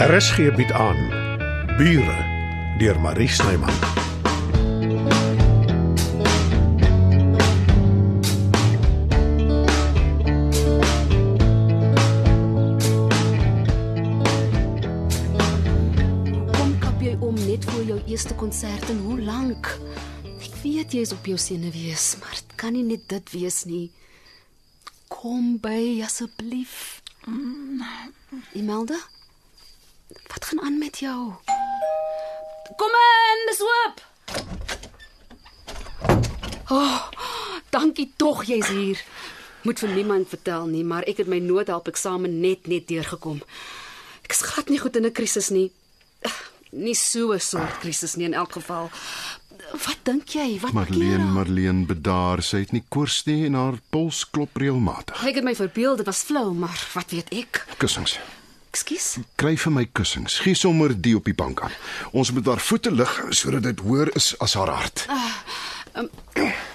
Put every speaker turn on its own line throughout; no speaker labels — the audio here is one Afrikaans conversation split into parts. RSG bied aan Bure deur Marie Snyman.
Kom kap jy om net voor jou eerste konsert en hoe lank? Ek weet jy is op jou senuwees, maar dit kan nie net dit wees nie. Kom by asseblief. Imelda? Wat gaan aan met jou? Kom in, dis oop. Oh, dankie tog jy's hier. Moet vir niemand vertel nie, maar ek het my noodhulp eksamen net net deurgekom. Ek is glad nie goed in 'n krisis nie. Nie so 'n soort krisis nie in elk geval. Wat dink jy? Wat kleur
Marleen,
haar?
Marleen bedaar. Sy het nie koors nie en haar puls klop reëlmatig.
Ek het my verbeel, dit was flou, maar wat weet ek?
Kussings.
Ekskuus.
Kry vir my kussings. Gee sommer die op die bank aan. Ons moet haar voete lig sodat dit hoër is as haar hart.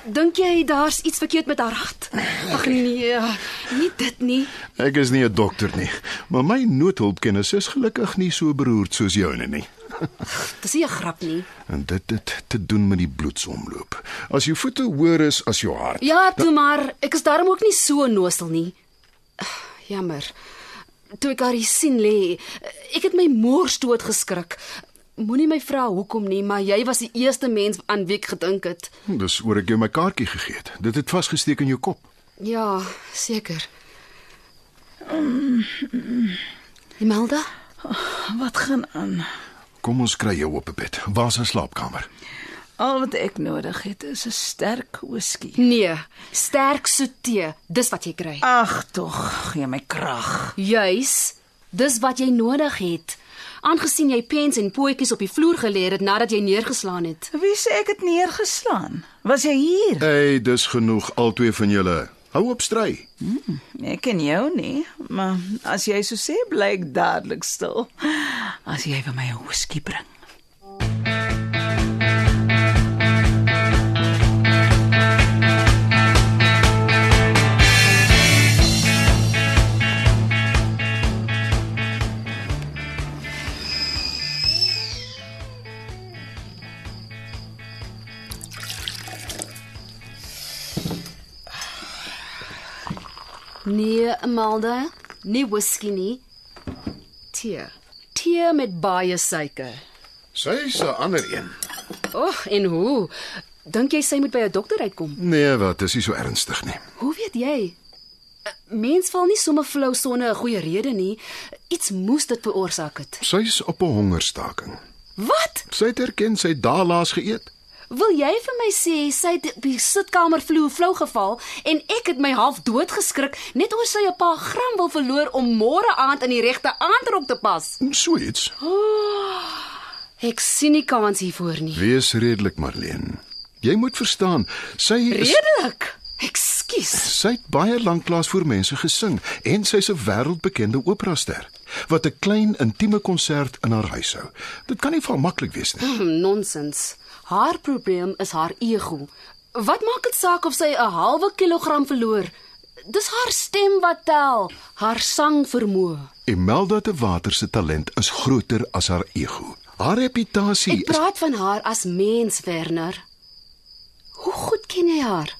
Dink jy daar's iets verkeerd met haar hart? Ag nee, nie dit nie.
Ek is nie 'n dokter nie, maar my noodhulpkennis is gelukkig nie so beroerd soos joune nie.
Dis nie 'n grap nie.
En dit het te doen met die bloedsomloop. As jou voete hoër is as jou hart.
Ja, toe maar, ek is daarom ook nie so nosel nie. Jammer. Toe ek haar hier sien lê, ek het my mors dood geskrik. Moenie my vra hoekom nie, maar jy was die eerste mens aan wie ek gedink het.
Dis oor ek jou my kaartjie gegee het. Dit het vasgesteek in jou kop.
Ja, seker. Imelda?
Wat gaan aan?
Kom ons kry jou op 'n bed. Waar is haar slaapkamer?
Al wat ek nodig het is 'n sterk whisky.
Nee, sterk soet tee, dis wat jy kry.
Ag tog, gee my krag.
Juis, dis wat jy nodig het. Aangesien jy pens en pootjies op die vloer gelê het nadat jy neergeslaan het.
Wie sê ek het neergeslaan? Was jy hier?
Hey, dis genoeg albei van julle. Hou op stry.
Ek ken jou nie, maar as jy so sê, bly ek dadelik stil. As jy vir my 'n whisky bring.
Nee, Imelda, nie whisky nie. Tee. Tee met baie suiker.
Sy's 'n ander een.
Oeg, en hoe? Dink jy sy moet by 'n dokter uitkom?
Nee, wat, dis nie so ernstig nie.
Hoe weet jy? 'n Mens val nie sommer flou sonder 'n goeie rede nie. Iets moes dit veroorsaak het.
Sy's op 'n hongerstaking.
Wat?
Sy het erken sy daalaas geëet.
Wil jy vir my sê sy het op die sitkamervloer flou geval en ek het my half dood geskrik net oor sy 'n paar gram wil verloor om môre aand in die regte aandrok te pas?
So iets.
Ek sien nie kans hiervoor nie.
Wees redelik, Marleen. Jy moet verstaan, sy is
Redelik. Ekskuus.
Sy het baie lanklaas voor mense gesing en sy's 'n wêreldbekende operaster wat 'n klein intieme konsert in haar huis hou. Dit kan nie vir haar maklik wees nie.
Hm, Nonsens. Haar probleem is haar ego. Wat maak dit saak of sy 'n halwe kilogram verloor? Dis haar stem wat tel, haar sangvermoë.
Imelda de Water se talent is groter as haar ego. Haar reputasie
Ek praat van haar as mens, Werner. Hoe goed ken jy haar?
is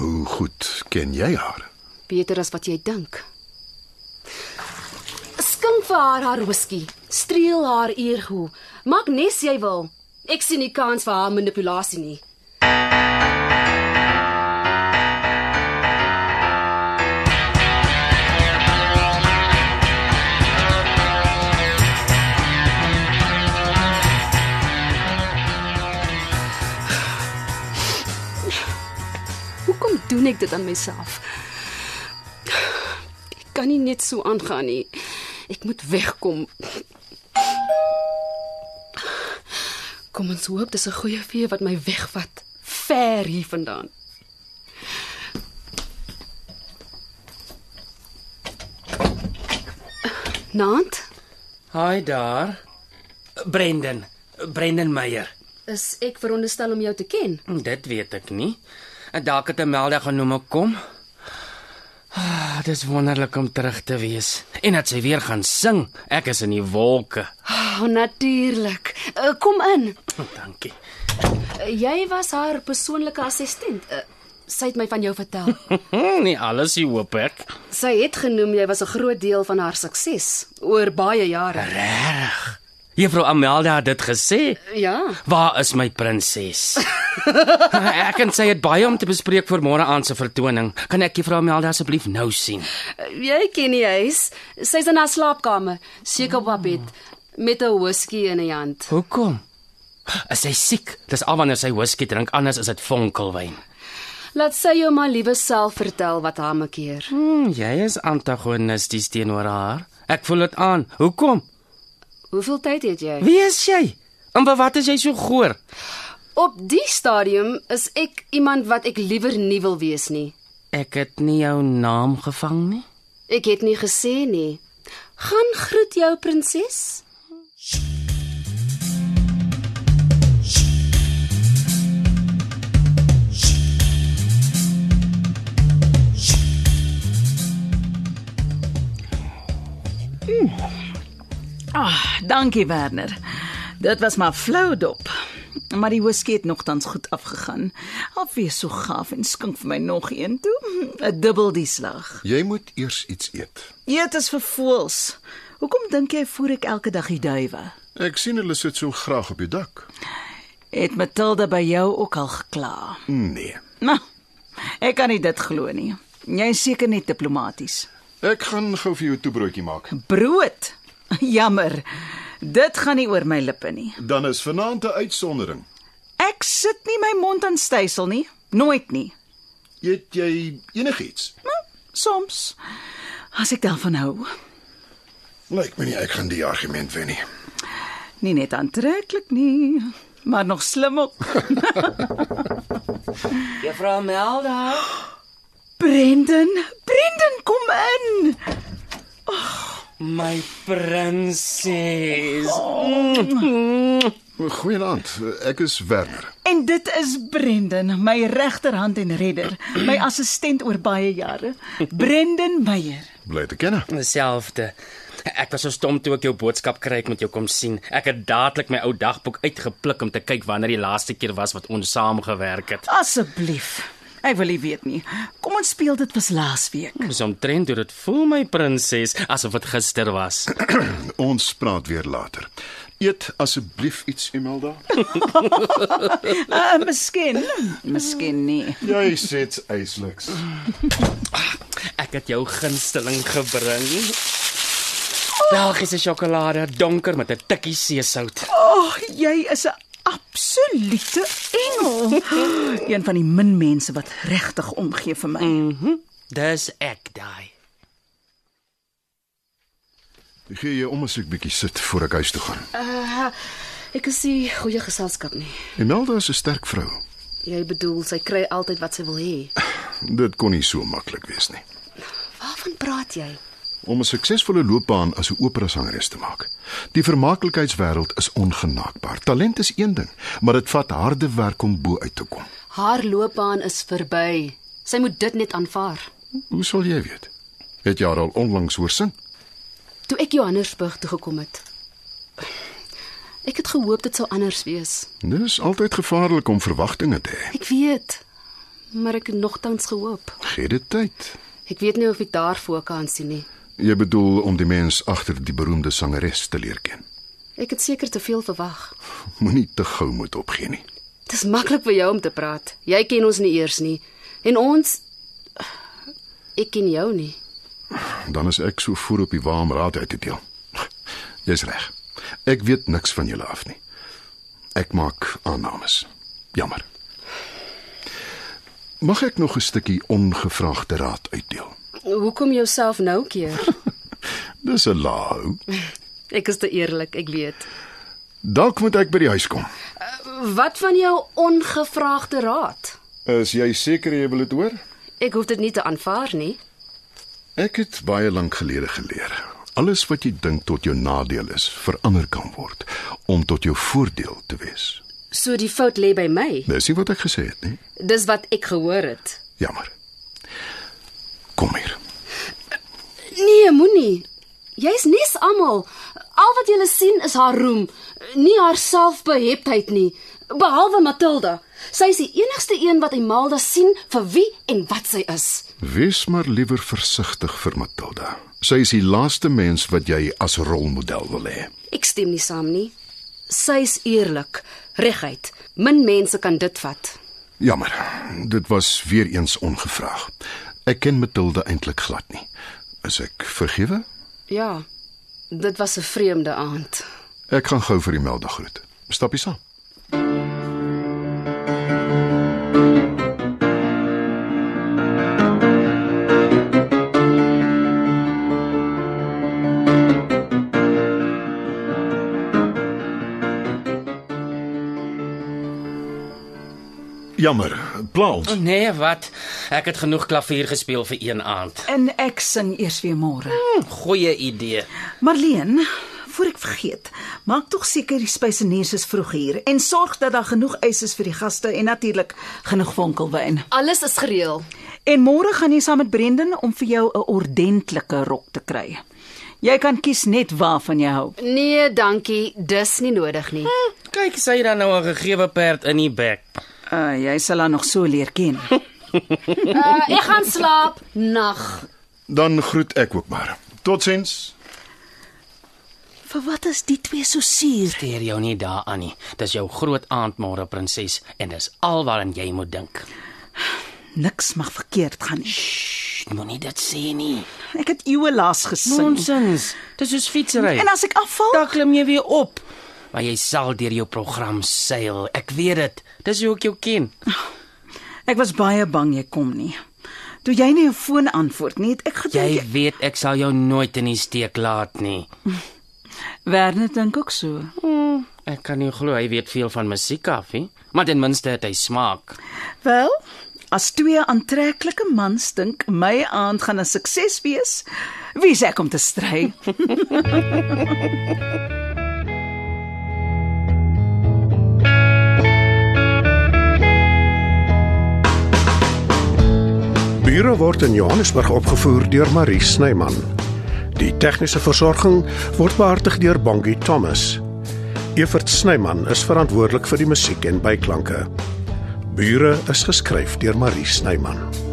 Hoe goed ken jy haar?
Beter as wat jy dink. Skink vir haar haar whisky. Streel haar eergoe. Maak nes jy wil. Ek sien nie kans vir haar manipulasie nie. Hoekom doen ek dit aan myself? Ek kan nie net so aangaan nie. Ek moet wegkom. Kom ons hoop dis 'n goeie vee wat my wegvat ver hier vandaan. Nant,
Hi daar. Brendan, Brendan Meyer.
is ek veronderstel om jou te ken?
Dit weet ek nie. En dalk het Amelda genoem ek kom. Ah, dis wonderlik om terug te wees en dat sy weer gaan sing. Ek is in die wolke.
Oh, natuurlik. Uh, kom in.
Oh, dankie.
Uh, jy was haar persoonlike assistent. Uh, sy het my van jou vertel.
Nee, alles hier hoop ek.
sy het genoem jy was 'n groot deel van haar sukses oor baie jare.
Reg. Juffrou Amelda het dit gesê.
Ja.
Waar is my prinses? ek en sy het baie om te bespreek vir môre aand se vertoning. Kan ek juffrou Amelda asseblief nou sien?
Uh, Jy ken die huis. Sy's in haar slaapkamer, seker op haar bed met 'n whisky in die hand.
Hoekom? Is sy siek? Dis al wanneer sy whisky drink, anders is dit vonkelwyn.
Laat sy jou maar liewe self vertel wat haar makkeer.
Hmm, jy is antagonisties teenoor haar. Ek voel dit aan. Hoekom?
Hoeveel tyd het jy?
Wie is jy? En vir wat is jy so goor?
Op die stadium is ek iemand wat ek liewer nie wil wees nie.
Ek het nie jou naam gevang nie.
Ek het nie gesê nie. Gaan groet jou prinses.
Ah, dankie Werner. Dit was maar flou dop. Maar die whisky het nogtans goed afgegaan. Alwees so gaaf en skink vir my nog een toe. 'n Dubbel die slag.
Jy moet eers iets eet.
Eet Ja, is vir voels. Hoekom dink jy voer ek elke dag die duwe?
Ek sien hulle sit so graag op die dak.
Het Matilda by jou ook al gekla?
Nee.
Nou, ek kan nie dit glo nie. Jy is seker net diplomaties.
Ek gaan gou vir jou 'n toebroodjie maak.
Brood. Jammer. Dit gaan nie oor my lippe nie.
Dan is vanaand 'n uitsondering.
Ek sit nie my mond aan stysel nie. Nooit nie.
Eet jy enigiets?
Maar soms as ek daarvan hou,
Lyk my nie ek gaan die argument wen nie.
nie net aantreklik nie, maar nog slim ook.
Juffrou Amelda.
Brendan, Brendan kom in.
My prinses.
Goeienaand. Ek is Werner.
En dit is Brendan, my regterhand en redder, my assistent oor baie jare. Brendan Meyer.
Bly te ken.
Dieselfde. Ek was so stom toe ek jou boodskap kry ek moet jou kom sien. Ek het dadelik my ou dagboek uitgepluk om te kyk wanneer die laaste keer was wat ons saam gewerk het.
Asseblief. Ek wil nie weet nie. Kom ons speel dit was laas week.
Dis omtrent hoe dit voel my prinses, asof dit gister was.
Ons praat weer later. Eet asseblief iets, Imelda.
Uh, miskien, miskien nie.
Jy sê dit's ysliks.
Ek het jou gunsteling gebring. Belgiese sjokolade, donker met 'n tikkie seesout.
Ag, oh, jy is 'n absolute engel. Een van die min mense wat regtig omgee vir my.
Dis ek daai.
Gee jy om as ek bietjie sit voor ek huis toe gaan.
Uh, ek is nie goeie geselskap nie.
Imelda is 'n sterk vrou.
Jy bedoel sy kry altyd wat sy wil hê.
Dit kon nie so maklik wees nie.
Waarvan praat jy?
Om 'n suksesvolle loopbaan as 'n operasangeres te maak. Die vermaaklikheidswêreld is ongenaakbaar. Talent is een ding, maar dit vat harde werk om bo uit te kom.
Haar loopbaan is verby. Sy moet dit net aanvaar.
Hoe sal jy weet? Het jy haar al onlangs hoor sing?
Toe ek Johannesburg toe gekom het. Ek het gehoop dit sou anders wees.
Dis altyd gevaarlik om verwagtinge te hê.
Ek weet, maar ek het nogtans gehoop.
Gee dit tyd.
Ek weet nie of ek daarvoor kan sien nie.
Jy bedoel om die mens agter die beroemde sangeres te leer ken.
Ek het seker te veel verwag.
Moenie te gou moed opgee nie.
Dis maklik vir jou om te praat. Jy ken ons nie eers nie. En ons ek ken jou nie.
Dan is ek so voor op die wa om raad uit te deel. Jy's reg. Ek weet niks van julle af nie. Ek maak aannames. Jammer. Mag ek nog 'n stukkie ongevraagde raad uitdeel?
Hoekom jouself nou keer?
Dis 'n laau.
Ek is te eerlik, ek weet.
Dalk moet ek by die huis kom.
Wat van jou ongevraagde raad?
Is jy seker jy wil dit hoor?
Ek hoef dit nie te aanvaar nie.
Ek het baie lank gelede geleer. Alles wat jy dink tot jou nadeel is, verander kan word om tot jou voordeel te wees.
So die fout lê by my.
Dis nie wat ek gesê het nie.
Dis wat ek gehoor het.
Jammer. Kom hier.
Nee, moenie. Jy's nes almal. Al wat jy sien is haar roem, nie haar selfbeheptheid nie, behalwe Matilda. Sy is die enigste een wat Imelda sien vir wie en wat sy is.
Wees maar liewer versigtig vir Matilda. Sy is die laaste mens wat jy as rolmodel wil hê.
Ek stem nie saam nie. Sy's eerlik, reguit. Min mense kan dit vat.
Jammer, dit was weer eens ongevraag. Ek ken Matilda eintlik glad nie. Is ek vergewe?
Ja. Dit was 'n vreemde aand.
Ek gaan gou vir die melda groet. Stappie saam. Jammer, pla ons.
Nee, wat? Ek het genoeg klavier gespeel vir een aand.
En ek sing eers weer môre.
Hm, goeie idee.
Marleen, voor ek vergeet, maak tog seker die spyseners is vroeg hier en sorg dat daar genoeg ys is vir die gaste en natuurlik genoeg vonkelwyn.
Alles is gereël.
En môre gaan jy saam met Brendan om vir jou 'n ordentlike rok te kry. Jy kan kies net waarvan jy hou.
Nee, dankie, dis nie nodig nie.
Hm, kyk, sy het dan nou 'n gegewe perd in die bek.
Uh, jy sal haar nog so leer ken.
Uh, ek gaan slaap. Nag.
Dan groet ek ook maar. Totsiens.
vir wat is die twee so suur?
Teer jou nie daaraan nie. Dis jou groot aand môre, prinses, en dis al waaraan jy moet dink.
Niks mag verkeerd gaan nie.
Sst, Moenie dit sê nie.
Ek het eeue laas gesing.
Nonsens. Dis soos fietsry.
En as ek afval?
dan klim jy weer op. Maar jy sal deur jou program seil. Ek weet dit. Dis hoe ek jou ken.
Ek was baie bang jy kom nie. Toe jy nie 'n foon antwoord nie, het ek gedink
Jy weet ek sal jou nooit in die steek laat nie.
Werner dink ook so.
Ek kan nie glo hy weet veel van musiek af nie, maar ten minste het hy smaak.
Wel, as twee aantreklike mans dink my aand gaan 'n sukses wees, wie sê ek om te stry?
Bure word in Johannesburg opgevoer deur Marie Snyman. Die tegniese versorging word behartig deur Bongie Thomas. Evert Snyman is verantwoordelik vir die musiek en byklanke. Bure is geskryf deur Marie Snyman.